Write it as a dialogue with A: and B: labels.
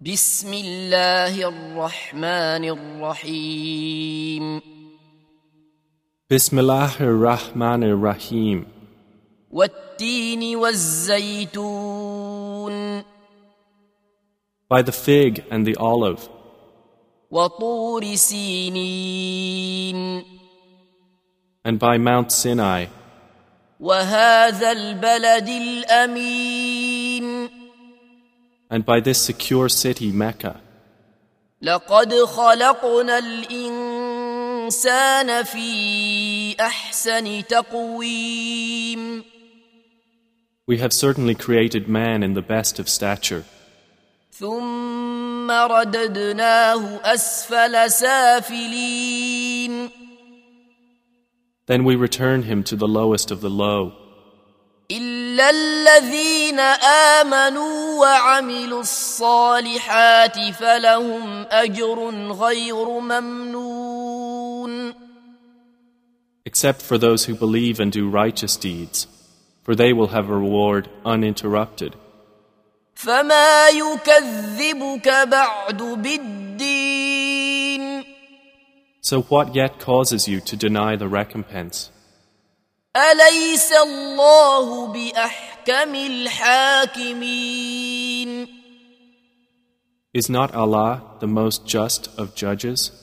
A: بسم الله الرحمن الرحيم
B: بسم الله الرحمن الرحيم
A: والتين والزيتون
B: By the fig and the olive,
A: وطور سينين
B: and by Mount Sinai,
A: وهذا البلد الأمين
B: and by this secure city Mecca.
A: لقد خلقنا الإنسان في أحسن تقويم
B: We have certainly created man in the best of stature,
A: ثم رددناه أسفل سافلين
B: then we return him to the lowest of the low,
A: إلا الذين آمنوا وعملوا الصالحات فلهم أجر غير ممنون
B: except for those who believe and do righteous deeds, for they will have a reward uninterrupted.
A: فما يكذبك بعد بالدين
B: So what yet causes you to deny the recompense?
A: أليس الله بأحكم الحاكمين
B: Is not Allah the most just of judges?